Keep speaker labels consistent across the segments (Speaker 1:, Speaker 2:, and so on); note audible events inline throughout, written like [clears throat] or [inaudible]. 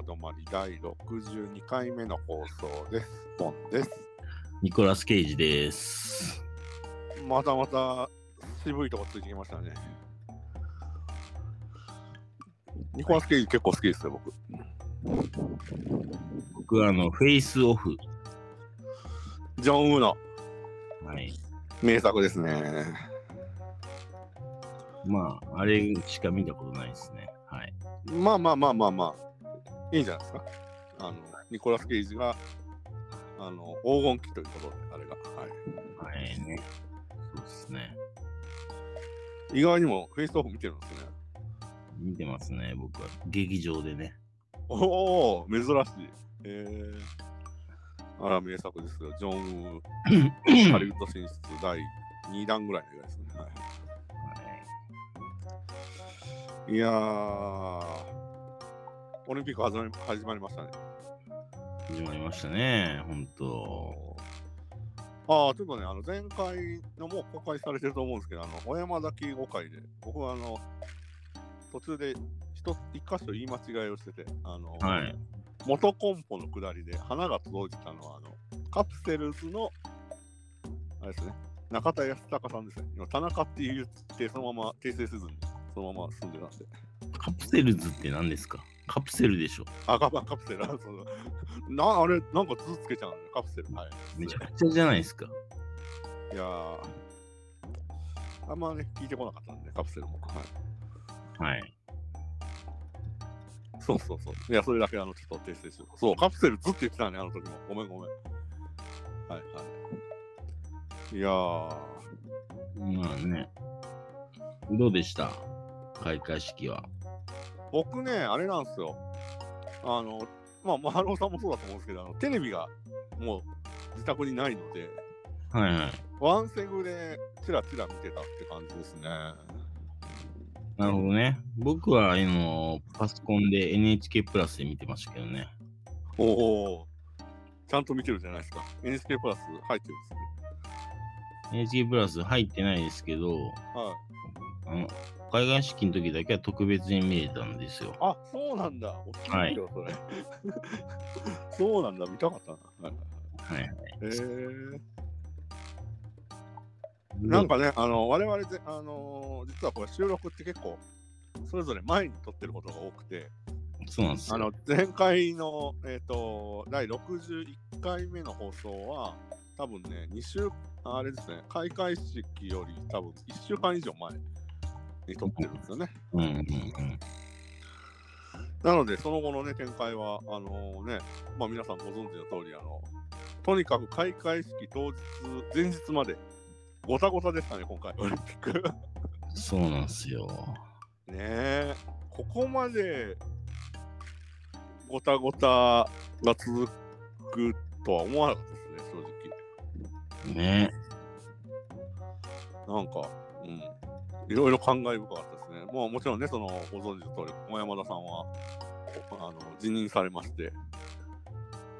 Speaker 1: 止まり第62回目の放送です。ポンです。
Speaker 2: ニコラス・ケイジです。
Speaker 1: またまた渋いとこついてきましたね。ニコラス・ケイジ結構好きですよ、僕。
Speaker 2: 僕はあの、フェイスオフ。
Speaker 1: ジョン・ウーの
Speaker 2: はい。
Speaker 1: 名作ですね。
Speaker 2: まあ、あれしか見たことないですね。はい。
Speaker 1: まあまあまあまあまあ、いいんじゃないですか。あの、ニコラス・ケイジが、あの、黄金期ということで、あれが。はい
Speaker 2: はいね。そうですね。
Speaker 1: 意外にもフェイスオフ見てるんですね。
Speaker 2: 見てますね、僕は。劇場でね。
Speaker 1: おお、珍しい。えー、あら、名作ですよ。ジョン・ウー、ハリウッド進出第2弾ぐらいの映画ですね。は、
Speaker 2: はい
Speaker 1: いやー、オリンピック始まり始まりましたね。
Speaker 2: い。始まりましたね、ほんと。
Speaker 1: ああ、ちょっとね、あの前回のもう公開されてると思うんですけど、あの、小山崎5回で、僕はあの、途中で一つ、一箇所言い間違いをしてて、あの、
Speaker 2: はい。
Speaker 1: 元コンポの下りで花が届いてたのはあのカプセルズのあれですね中田康隆さんですね今田中って言ってそのまま訂正せずにそのまま進んでたんで
Speaker 2: カプセルズって何ですかカプセルでしょ。
Speaker 1: あカバカプセルあそう [laughs] なあれなんか図つけちゃうんだよカプセルはい
Speaker 2: めちゃくちゃじゃないですか。
Speaker 1: いやーあんまね聞いてこなかったんでカプセルもはい
Speaker 2: はい。
Speaker 1: そうそうそういやそれだけあのちょっと訂正しようそうカプセルずっと言ってたねあの時もごめんごめんはいはいいやー
Speaker 2: まあね。どうでした開会式は。
Speaker 1: 僕ね、あれなんですよ。あの、まあ、丸尾さんもそうだと思うんですけど、あのテレビがもう自宅にないので、
Speaker 2: はいはい。
Speaker 1: ワンセグでチラチラ見てたって感じですね。
Speaker 2: なるほどね。僕は、あの、パソコンで NHK プラスで見てましたけどね。
Speaker 1: おお、ちゃんと見てるじゃないですか。NHK プラス入ってるんですね。
Speaker 2: NHK プラス入ってないですけど、
Speaker 1: はい。
Speaker 2: あの、海外式の時だけは特別に見れたんですよ。
Speaker 1: あ、そうなんだ。おきいよ、それ。 [laughs] そうなんだ、見たかったな。はい
Speaker 2: はい。
Speaker 1: えー、なんかね、あの我々で、あの実はこれ収録って結構、それぞれ前に撮ってることが多くて、
Speaker 2: そうなんですよ。
Speaker 1: あの前回の、えー、と第61回目の放送は多分ね2週ああれですね開会式より多分1週間以上前に撮ってるんですよね
Speaker 2: うんうんうん。
Speaker 1: なのでその後のね展開はあのね、まあ、皆さんご存知の通りあのとにかく開会式当日前日までごたごたでしたね今回オリンピックね
Speaker 2: そうなんですよ。
Speaker 1: えここまでごたごたが続くとは思わなかったですね正直
Speaker 2: ね。
Speaker 1: なんか、うん、いろいろ感慨深かったですね。まあ、もちろんね、そのご存知の通り、小山田さんはあの辞任されまして、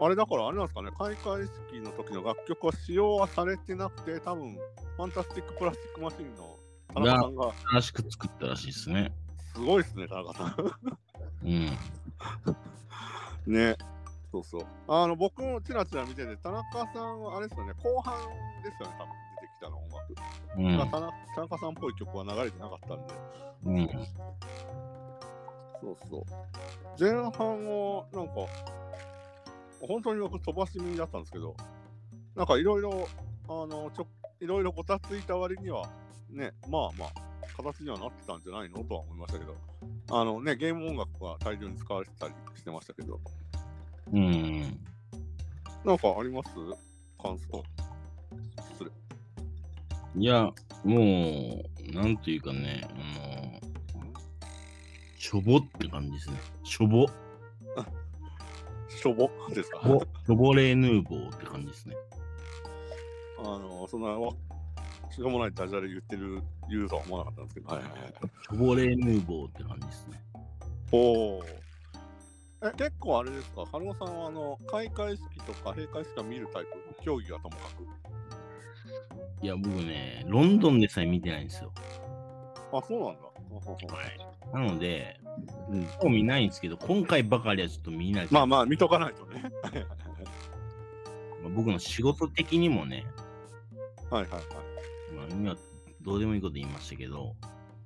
Speaker 1: あれだから、あれなんですかね、開会式の時の楽曲は使用はされてなくて、多分ファンタスティック・プラスティック・マシンの田中さんが、
Speaker 2: 新しく作ったらしいですね。
Speaker 1: すごいですね、田中さん。
Speaker 2: うん。
Speaker 1: ね。そうそう。あの、僕もちらちら見てて、田中さんはあれですよね、後半ですよね、多分出てきたの、音楽。
Speaker 2: うん。
Speaker 1: が田中田中さんっぽい曲は流れてなかったんで。
Speaker 2: うん。
Speaker 1: そうそう。前半は、なんか、本当に僕飛ばし耳だったんですけど、なんかいろいろ、あの、ちょ、いろいろごたついた割には、ね、まあまあ、形にはなってたんじゃないのとは思いましたけど、あのね、ゲーム音楽が大量に使われてたりしてましたけど、
Speaker 2: うん。
Speaker 1: なんかあります感想。失礼。
Speaker 2: いや、もう、なんというかね、あの、しょぼって感じですね。しょぼ。し
Speaker 1: しょぼですか
Speaker 2: ょぼ、しょぼレーヌーボーって感じですね。
Speaker 1: あの、そんなわ、しょうもないダジャレ言ってる、言うとは思わなかったんですけど、はいはいはい。
Speaker 2: しょぼレーヌーボーって感じですね。
Speaker 1: おお。え、結構あれですか、春尾さんはあの開会式とか閉会式は見るタイプ、競技はともかく。
Speaker 2: いや、僕ね、ロンドンでさえ見てないんですよ。
Speaker 1: あ、そうなんだ。あ
Speaker 2: なので、
Speaker 1: うん
Speaker 2: 興味ないんですけど、今回ばかりはちょっと見ない。
Speaker 1: まあまあ、見とかないとね。
Speaker 2: まあ僕の仕事的にもね、
Speaker 1: はいはいはい。
Speaker 2: まあ、今どうでもいいこと言いましたけど、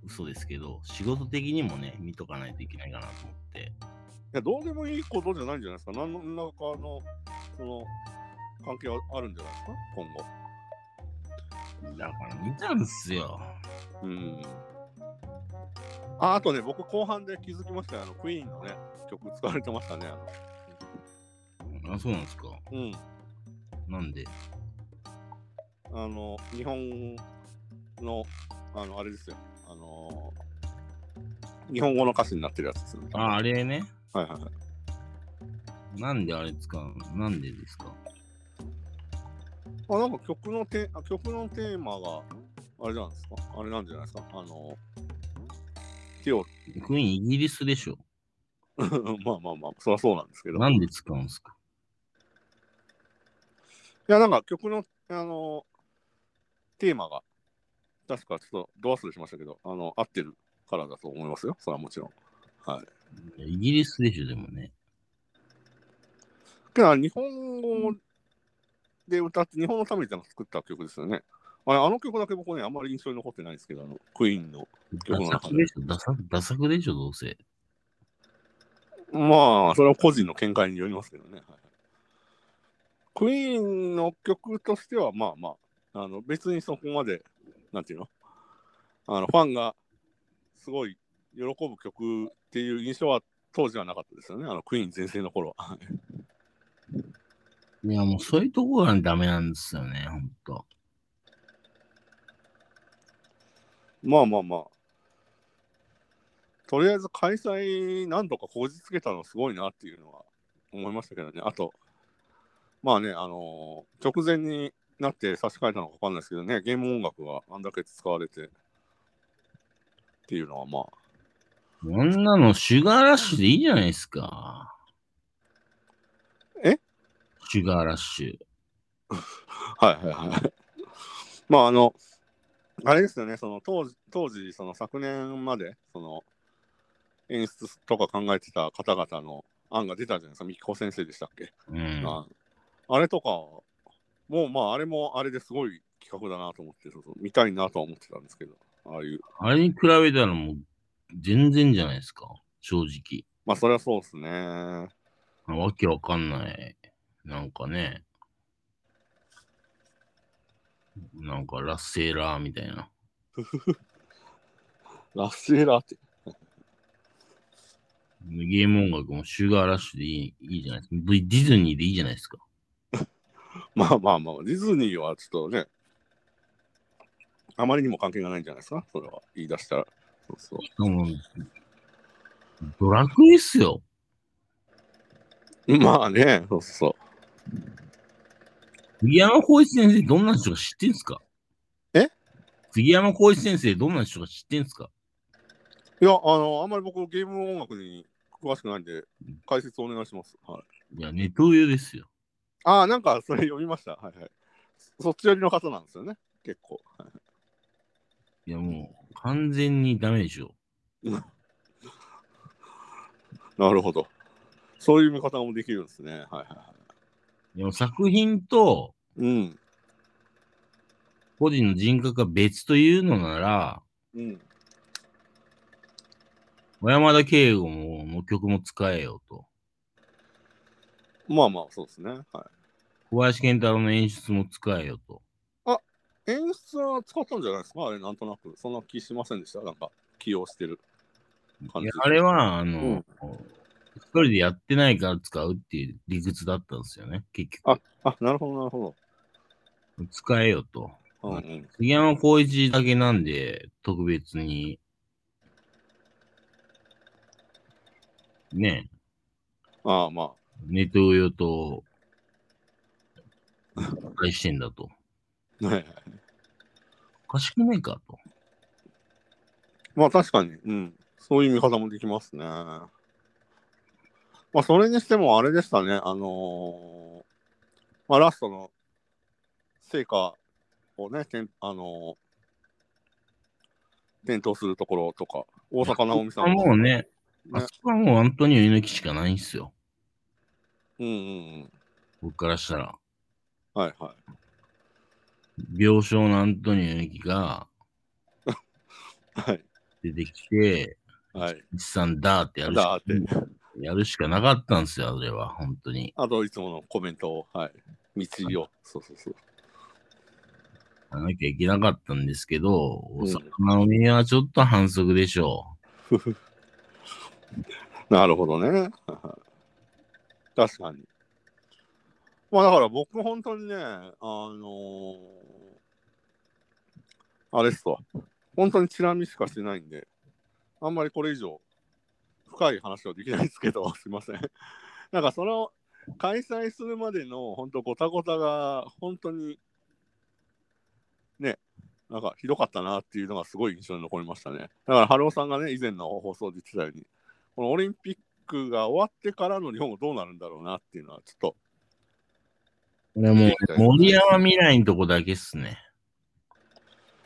Speaker 2: 嘘ですけど、仕事的にもね、見とかないといけないかなと思って。
Speaker 1: いや、どうでもいいことじゃないんじゃないですか。何らかの、その、関係はあるんじゃないですか、今後。
Speaker 2: だから見たんですよ。
Speaker 1: うん。あ、あとね、僕、後半で気づきましたよ。あの、クイーンのね、曲使われてましたね。あ
Speaker 2: あ、そうなんですか。
Speaker 1: の、うん。
Speaker 2: なんで。
Speaker 1: あの、日本の、あの、あれですよ。あの、日本語の歌詞になってるやつですよね。
Speaker 2: あ、あれね。
Speaker 1: はいはいはい。
Speaker 2: なんであれ使うのなんでですか
Speaker 1: あ、なんか曲のテあ曲のテーマが、あれなんですかあれなんじゃないですかあの、手を、
Speaker 2: クイーンイギリスでしょ。
Speaker 1: まあ [laughs] まあまあ、そりゃそうなんですけど。
Speaker 2: なんで使うんですか
Speaker 1: いや、なんか曲の、あのテーマが、確かちょっとド忘れしましたけど、あの、合ってるからだと思いますよ。それはもちろん。はい。
Speaker 2: いやイギリスでしょ、でもね。
Speaker 1: けど、日本語で歌って、日本のために作った曲ですよね。あれ、あの曲だけ僕ね、あんまり印象に残ってないんですけど、あの、クイーンの。
Speaker 2: ダサくでしょ、ダサダサくでしょ、どうせ。
Speaker 1: まあ、それは個人の見解によりますけどね。はいはいクイーンの曲としては、まあまあ、あの別にそこまで、なんていうのあのファンがすごい喜ぶ曲っていう印象は当時はなかったですよね。あのクイーン全盛の頃は。はい
Speaker 2: いや、もうそういうとこがダメなんですよね、ほんと。
Speaker 1: まあまあまあ。とりあえず開催何度かこじつけたのすごいなっていうのは思いましたけどね。あと、まあね、あのー直前になって差し替えたのか分かんないですけどね、ゲーム音楽があんだけ使われてっていうのはまあ、
Speaker 2: そんなのシュガーラッシュでいいじゃないですか。
Speaker 1: え
Speaker 2: シュガーラッシ
Speaker 1: はいはいはい。まああの、あれですよね、その当時、当時その昨年まで、その演出とか考えてた方々の案が出たじゃないですか、みきこ先生でしたっけ。
Speaker 2: ュ。うん。
Speaker 1: ああれとか、もうまあ、あれもあれですごい企画だなと思って、そうそう見たいなとは思ってたんですけど、ああいう、
Speaker 2: あれに比べたらもう全然じゃないですか。正直。
Speaker 1: まあ、それはそうですね。
Speaker 2: わけわかんない。なんかね。なんかラッセーラーみたいな。
Speaker 1: ラッシェラーって。
Speaker 2: ゲーム音楽もシュガーラッシュでいいいいじゃないですか。ディズニーでいいじゃないですか。
Speaker 1: まあまあまあ、ディズニーはちょっとね、あまりにも関係がないんじゃないですか、それは。言い出したら。そうそう。
Speaker 2: しかもドラクエっすよ。
Speaker 1: まあね、そうそう。
Speaker 2: 杉山浩一先生、どんな人が知ってんすか
Speaker 1: え
Speaker 2: 杉山浩一先生、どんな人が知ってんすか
Speaker 1: いや、あの、あんまり僕、ゲーム音楽に詳しくないんで、解説お願いします。はい、
Speaker 2: いや、ネトウヨですよ。
Speaker 1: ああ、なんか、それ読みました。はいはい。そっち寄りの方なんですよね、結構。
Speaker 2: いや、もう、完全にダメでしょ。
Speaker 1: なるほど。そういう見方もできるんですね。はいはいはい
Speaker 2: や、作品と
Speaker 1: い。うん。
Speaker 2: 個人の人格が別というのなら、
Speaker 1: うん。
Speaker 2: 小山田圭吾ももう曲も使えよと。
Speaker 1: まあまあ、そうですね。は
Speaker 2: 小林健太郎の演出も使えよと。
Speaker 1: い。演出は使ったんじゃないですかあれ、なんとなく。そんな気しませんでした。なんか、起用してる感じ
Speaker 2: いや。あれは、あの、一人でやってないから使うっていう理屈だったんですよね、結局。
Speaker 1: あ、なるほど、なるほ
Speaker 2: 使えよと。
Speaker 1: ど。うんうん。
Speaker 2: 杉山浩一だけなんで、特別に。ねえ、
Speaker 1: ああ、ま
Speaker 2: ネトウヨと、対してんだと。
Speaker 1: あ。はいはい。
Speaker 2: おかしくないかと。
Speaker 1: まあ、確かに。うん。そういう見方もできますね。まあ、それにしても、あれでしたね。あのーまあ、ラストの成果をね、てんあのー転倒するところとか、大阪直美さ
Speaker 2: あ
Speaker 1: ん
Speaker 2: もう
Speaker 1: ね。
Speaker 2: ね、あそこはもうアントニオ猪木しかないんすよ。
Speaker 1: うんうん
Speaker 2: 僕からしたら。
Speaker 1: うん。はいは
Speaker 2: 病床のアントニオ猪木が
Speaker 1: い。はい。
Speaker 2: 出てきて、
Speaker 1: はい。
Speaker 2: 一さんだーってやるし
Speaker 1: だ
Speaker 2: か
Speaker 1: ー
Speaker 2: やるしかなかったんすよ、あれは、本当に。
Speaker 1: あと、いつものコメントを、はい。道を。そうそうそう。
Speaker 2: やらなきゃいけなかったんですけど、
Speaker 1: ん
Speaker 2: 大阪のみはちょっと反則でしょ
Speaker 1: [laughs] なるほどね。確かに。まあだから僕本当にね、あのーあれっすわ。本当にチラ見しかしてないんで、あんまりこれ以上深い話はできないですけど、 [laughs] すいません。なんかその開催するまでの本当ごたごたが本当にね、なんかひどかったなっていうのがすごい印象に残りましたね。だから春尾さんがね、以前の放送で言ってたように、このオリンピックが終わってからの日本もどうなるんだろうなっていうのはちょっと
Speaker 2: う。これも
Speaker 1: いういですね
Speaker 2: 森山未来のとこだけっすね。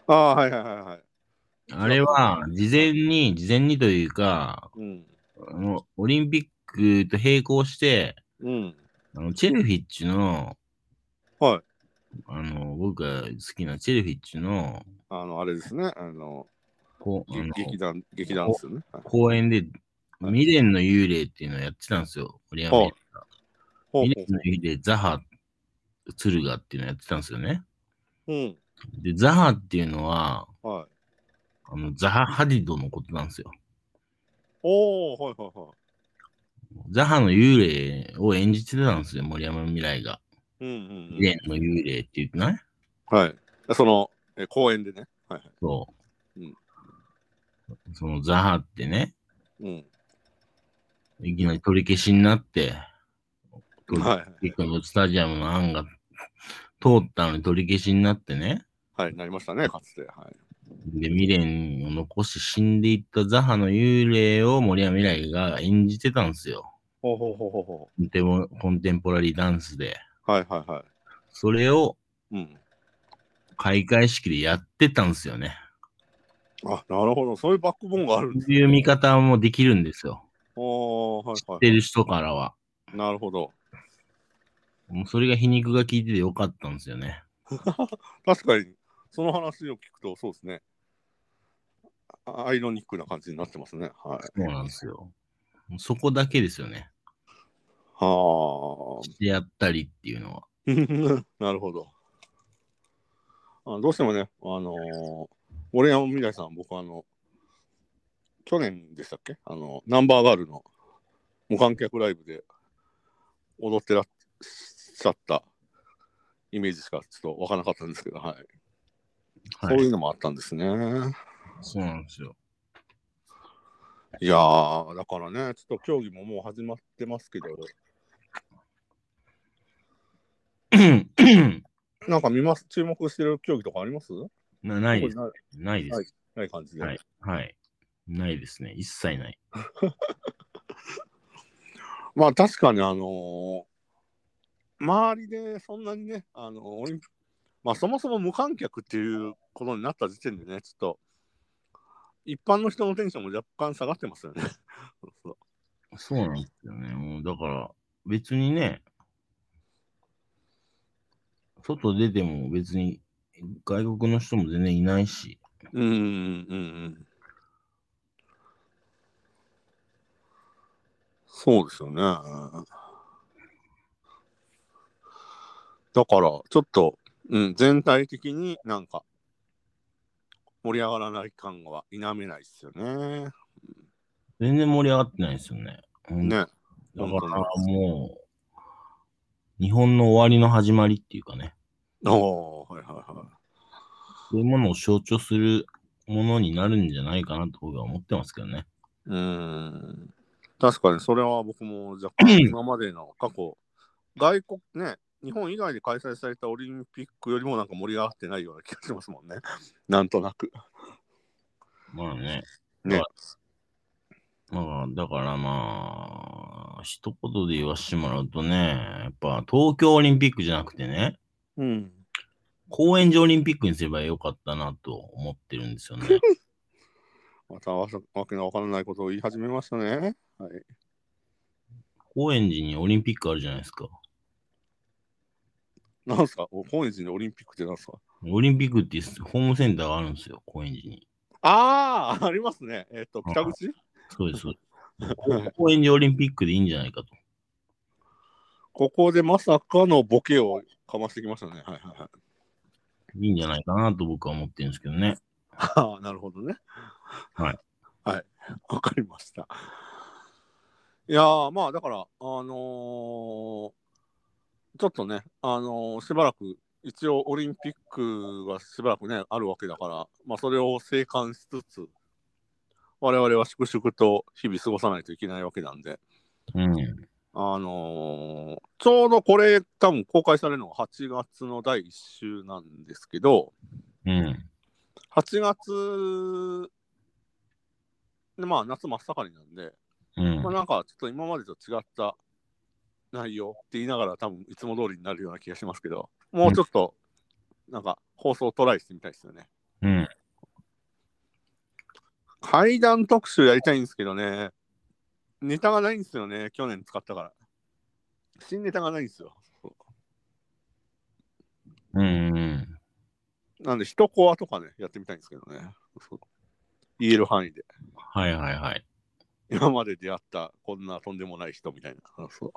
Speaker 1: ああ、はいはいはいはい。
Speaker 2: あれは、事前に、事前にというか、
Speaker 1: うん。
Speaker 2: あのオリンピックと並行して、
Speaker 1: うん。
Speaker 2: あのチェルフィッチの、
Speaker 1: はい。
Speaker 2: あの、僕が好きなチェルフィッチの、
Speaker 1: あの、あれですね。あの、
Speaker 2: こうあ
Speaker 1: げ
Speaker 2: の
Speaker 1: 劇団、劇団ですよね。はい
Speaker 2: 公演で、未練の幽霊っていうのをやってたんですよ。森山未来が
Speaker 1: ほう
Speaker 2: 未
Speaker 1: ほう
Speaker 2: 練の幽霊、ザハ、鶴がっていうのをやってたんですよね。
Speaker 1: うん。
Speaker 2: で、ザハっていうのは、
Speaker 1: はい。
Speaker 2: あのザハ・ハディドのことなんですよ。
Speaker 1: おおはいはいは
Speaker 2: ザハの幽霊を演じてたんですよ、森山未来が。
Speaker 1: い。うんうん、う
Speaker 2: 未
Speaker 1: ん。
Speaker 2: 練の幽霊って言ってない
Speaker 1: はい。その、え公演でね。はいはい。
Speaker 2: そう。
Speaker 1: うん
Speaker 2: そのザハってね、
Speaker 1: うん。
Speaker 2: いきなり取り消しになって、取
Speaker 1: はい
Speaker 2: り消しのスタジアムの案が通ったのに取り消しになってね、
Speaker 1: はい。なりましたね、かつて。はい。
Speaker 2: で、未練を残し死んでいったザハの幽霊を森山未来が演じてたんですよ。
Speaker 1: ほうほうほうほうほ
Speaker 2: コンテンポコンテンポラリーダンスで。
Speaker 1: う。はいはいは
Speaker 2: それを
Speaker 1: い。うん。
Speaker 2: 開会式でやってたんですよね。
Speaker 1: あ、なるほど。そういうバックボーンがあるん
Speaker 2: そ
Speaker 1: です
Speaker 2: ういう見方もできるんですよ。
Speaker 1: おー
Speaker 2: 知っ
Speaker 1: はい
Speaker 2: て
Speaker 1: は
Speaker 2: る人からは。
Speaker 1: い。なるほど。
Speaker 2: もうそれが皮肉が効いててよかったんですよね。
Speaker 1: 確かに、その話を聞くと、そうですね。あアイロニックな感じになってますね。はい。
Speaker 2: そうなんですよ。もうそこだけですよね。
Speaker 1: は
Speaker 2: してやったりっていうのは。
Speaker 1: あ。 [laughs] なるほど。あどうしてもね、あのー、森山未来さん、僕、あの、去年でしたっけあの、ナンバーガールの無観客ライブで踊ってらっしゃったイメージしかちょっとわからなかったんですけど、はい。
Speaker 2: はい、
Speaker 1: そう
Speaker 2: そ
Speaker 1: いううのもあったんですね。
Speaker 2: なんですよ。 [clears throat]
Speaker 1: いやー、だからね、ちょっと競技ももう始まってますけど、なんか見ます、注目してる競技とかあります
Speaker 2: なないです。
Speaker 1: 特
Speaker 2: ないで
Speaker 1: に
Speaker 2: す。
Speaker 1: ないない感じで。
Speaker 2: はい。はい。ないですね。一切ない。
Speaker 1: まあ確かに、あのー周りでそんなにね、あのーオリンピまあそもそも無観客っていうことになった時点でね、ちょっと、一般の人のテンションも若干下がってますよね。そうそう
Speaker 2: そうなんですよね。もうだから、別にね、外出ても別に外国の人も全然いないし、
Speaker 1: うんうんうんうん。そうですよね。だから、ちょっと、うん、全体的になんか、盛り上がらない感は否めないですよね。
Speaker 2: 全然盛り上がってないですよね。ほん
Speaker 1: ね。
Speaker 2: だか
Speaker 1: 本当に
Speaker 2: らもう、日本の終わりの始まりっていうかね、
Speaker 1: おーはいはいはい。
Speaker 2: そういうものを象徴するものになるんじゃないかなと僕は思ってますけどね。
Speaker 1: うーん確かにそれは僕も [clears throat] 若干今までの過去、外国ね、日本以外で開催されたオリンピックよりもなんか盛り上がってないような気がしますもんね。 [laughs] なんとなく。
Speaker 2: まあね。
Speaker 1: ね。
Speaker 2: まあ、だからまあ、一言で言わしてもらうとね、やっぱ東京オリンピックじゃなくてね、
Speaker 1: うん。
Speaker 2: [laughs] 公園上オリンピックにすればよかったなと思ってるんですよね。
Speaker 1: またわさわけのわからないことを言い始めましたね。はい。
Speaker 2: 高円寺にオリンピックあるじゃないですか。
Speaker 1: なんすかお高円寺にオリンピックってなんすか
Speaker 2: オリンピックってホームセンターがあるんですよ、高円寺に。
Speaker 1: ああ、ありますね。えっ、と、北口
Speaker 2: そうです。そうです高円寺オリンピックでいいんじゃないかと。
Speaker 1: [laughs] ここでまさかのボケをかましてきましたね。はいはいはい。
Speaker 2: いいんじゃないかなと僕は思ってるんですけどね。
Speaker 1: ああ、なるほどね。
Speaker 2: はい。
Speaker 1: はい。わかりました。いやー、まあだから、あのーちょっとね、あのーしばらく、一応オリンピックがしばらくね、あるわけだから、まあそれを静観しつつ、我々は粛々と日々過ごさないといけないわけなんで、
Speaker 2: うん。
Speaker 1: あのーちょうどこれ多分公開されるのが8月の第1週なんですけど、
Speaker 2: うん。
Speaker 1: 8月で、まあ、夏真っ盛りなんで、
Speaker 2: うん
Speaker 1: まあ、。なんかちょっと今までと違った内容って言いながら、多分いつも通りになるような気がしますけど、もうちょっと、なんか放送トライしてみたいですよね。
Speaker 2: うん。
Speaker 1: 怪談特集やりたいんですけどね、ネタがないんですよね、去年使ったから。新ネタがないんですよ。
Speaker 2: うん。うん。
Speaker 1: なんで、一コアとかね、やってみたいんですけどね。そう言える範囲で。
Speaker 2: はいはいはい。
Speaker 1: 今まで出会った、こんなとんでもない人みたいな。そう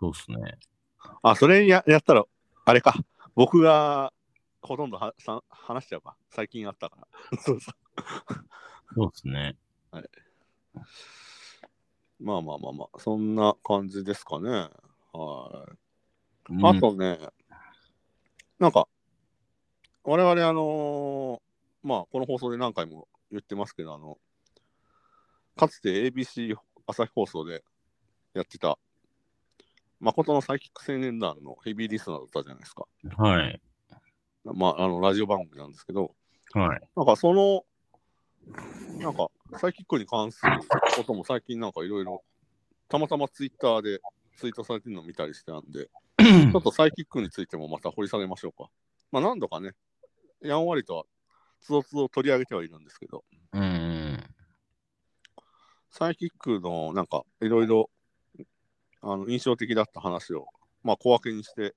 Speaker 2: そうっすね。
Speaker 1: あ、それややったら、あれか、僕がほとんどはさ話しちゃうか、最近あったから。 [laughs] そうそう
Speaker 2: そうっすね。
Speaker 1: まあまあまあまあ、そんな感じですかね。はい。
Speaker 2: うん
Speaker 1: あとね、なんか、我々、あのーまあ、この放送で何回も言ってますけど、あの、かつて ABC 朝日放送でやってた、誠のサイキック青年団のヘビーリスナーだったじゃないですか。
Speaker 2: はい。
Speaker 1: まあ、あの、ラジオ番組なんですけど、
Speaker 2: はい。
Speaker 1: なんかその、なんかサイキックに関することも最近なんかいろいろ、たまたまツイッターでツイートされてるのを見たりしてたんで、ちょっとサイキックについてもまた掘り下げましょうか。まあ何度かね、やんわりとは、つどつど取り上げてはいるんですけど、
Speaker 2: うんうん。
Speaker 1: サイキックのなんかいろいろ、あの、印象的だった話を、まあ小分けにして、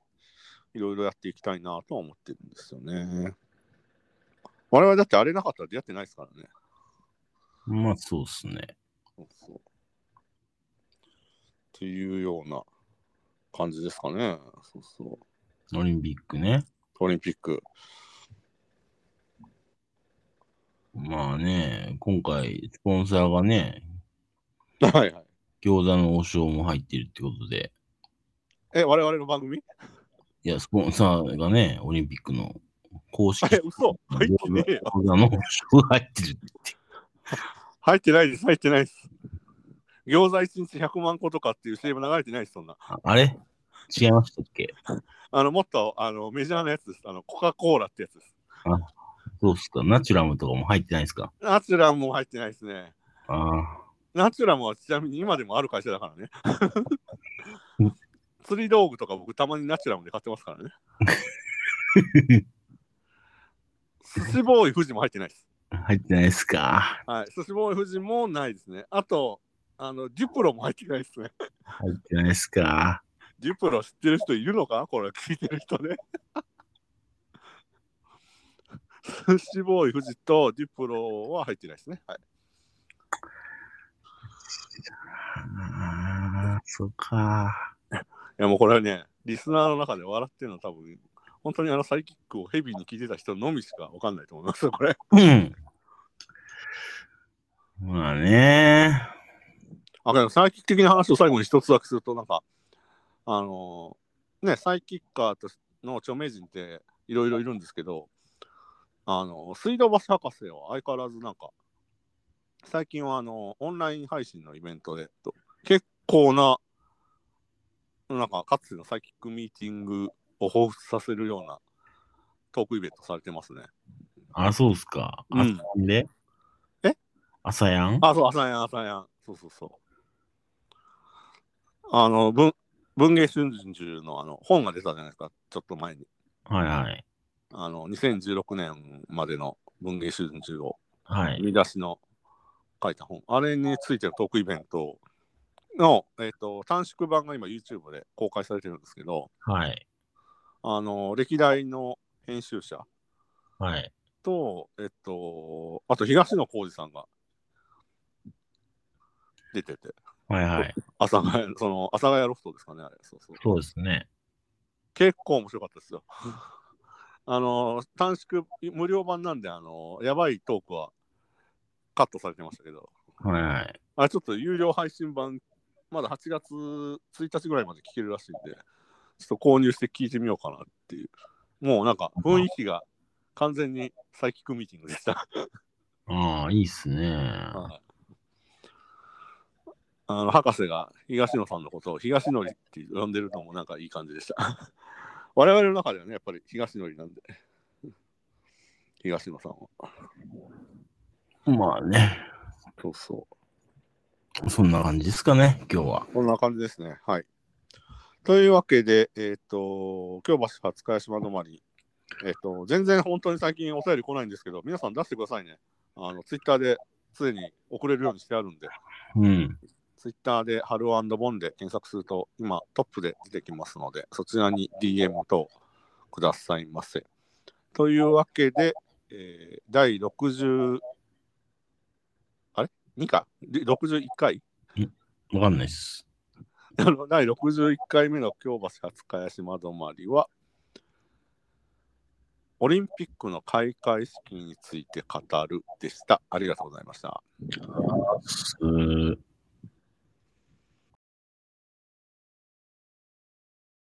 Speaker 1: いろいろやっていきたいなとは思ってるんですよね。我々だってあれなかったら出会ってないですからね。
Speaker 2: まあそうっすね。
Speaker 1: そうそう。っていうような感じですかね。そうそう。
Speaker 2: オリンピックね。
Speaker 1: オリンピック。
Speaker 2: まあね、今回、スポンサーがね、
Speaker 1: はいはい。
Speaker 2: 餃子の王将も入ってるってことで、
Speaker 1: え、我々の番組 [laughs]
Speaker 2: いや、スポンサーがね、オリンピックの公式
Speaker 1: え、嘘入ってねえよ。
Speaker 2: 餃子の王将が入ってるって。
Speaker 1: 入ってないです、入ってないです。餃子1日100万個とかっていう CM 流れてないです、そんな。
Speaker 2: ああれ違いましたっけ
Speaker 1: あの、もっとあのメジャーなやつです。あの、コカ・コーラってやつです。
Speaker 2: そうっすかナチュラムとかも入ってないですか
Speaker 1: ナチュラムも入ってないですね。
Speaker 2: あ
Speaker 1: ナチュラムはちなみに今でもある会社だからね
Speaker 2: う。
Speaker 1: [laughs] 釣り道具とか僕たまにナチュラムで買ってますからね。寿司ボーイ富士も入ってないです。
Speaker 2: あ、 [laughs] 入ってないですか
Speaker 1: はい。寿司ボーイ富士もないですね。あと、あの、デュプロも入ってないですね。 [laughs]
Speaker 2: 入ってないですか
Speaker 1: デュプロ知ってる人いるのかこれ聞いてる人ね。寿司ボーイ富士とデュプロは入ってないですね。はい。
Speaker 2: ああ、そうか。
Speaker 1: いやもうこれはね、リスナーの中で笑ってるのは多分、本当にあのサイキックをヘビーに聞いてた人のみしかわかんないと思いますよ、これ。
Speaker 2: うん。まあね。
Speaker 1: あ、けどサイキック的な話を最後に一つだけすると、なんか、あのーね、サイキッカーとしの著名人っていろいろいるんですけど、あの水道橋博士は相変わらずなんか、最近はあのオンライン配信のイベントで、と結構な、なんか、かつてのサイキックミーティングを彷彿させるようなトークイベントされてますね。
Speaker 2: あ、そうっすか。
Speaker 1: うん
Speaker 2: 朝やんで
Speaker 1: え
Speaker 2: 朝やん
Speaker 1: あ、そう、朝やん、朝やん。そうそうそう。あの、文文芸春秋のあの本が出たじゃないですか、ちょっと前に。
Speaker 2: はいはい。
Speaker 1: あの、2016年までの文芸春秋を
Speaker 2: はい。
Speaker 1: 見出しの書いた本、あれについてのトークイベントの、えっと短縮版が今 YouTube で公開されてるんですけど、
Speaker 2: はい。
Speaker 1: あの歴代の編集者
Speaker 2: はい。
Speaker 1: と、えっと、あと東野幸治さんが出てて、
Speaker 2: はいはい。
Speaker 1: 阿佐ヶ [laughs] 谷、その、阿佐ヶ谷ロフトですかね、あれ。そうそう。
Speaker 2: そうですね。
Speaker 1: 結構面白かったですよ。 [laughs] あの、短縮、無料版なんで、あの、やばいトークはカットされてましたけど、
Speaker 2: はいはい。
Speaker 1: あれちょっと有料配信版、まだ8月1日ぐらいまで聞けるらしいんで、ちょっと購入して聞いてみようかなっていう。もうなんか雰囲気が完全にサイキックミーティングでした。
Speaker 2: ああ、いいっすね。
Speaker 1: はいあの博士が東野さんのことを東野りって呼んでるのもなんかいい感じでした。 [laughs] 我々の中ではね、やっぱり東野りなんで。東野さんは。
Speaker 2: まあね、
Speaker 1: そうそ
Speaker 2: そんな感じですかね、今日は。
Speaker 1: う。こんな感じですね。はい。というわけで、えっ、と、京橋初茅島止まり、えっ、と、全然本当に最近お便り来ないんですけど、皆さん出してくださいね。あの、ツイッターで常に送れるようにしてあるんで。
Speaker 2: うん。
Speaker 1: ツイッターでハローボンで検索すると今トップで出てきますのでそちらに DM 等くださいませ。というわけで、えー第60あれ ?2 かで61回 [laughs]
Speaker 2: わかんないっす。
Speaker 1: あの第61回目の京橋初茅島止まりはオリンピックの開会式について語るでした。ありがとうございました。
Speaker 2: すー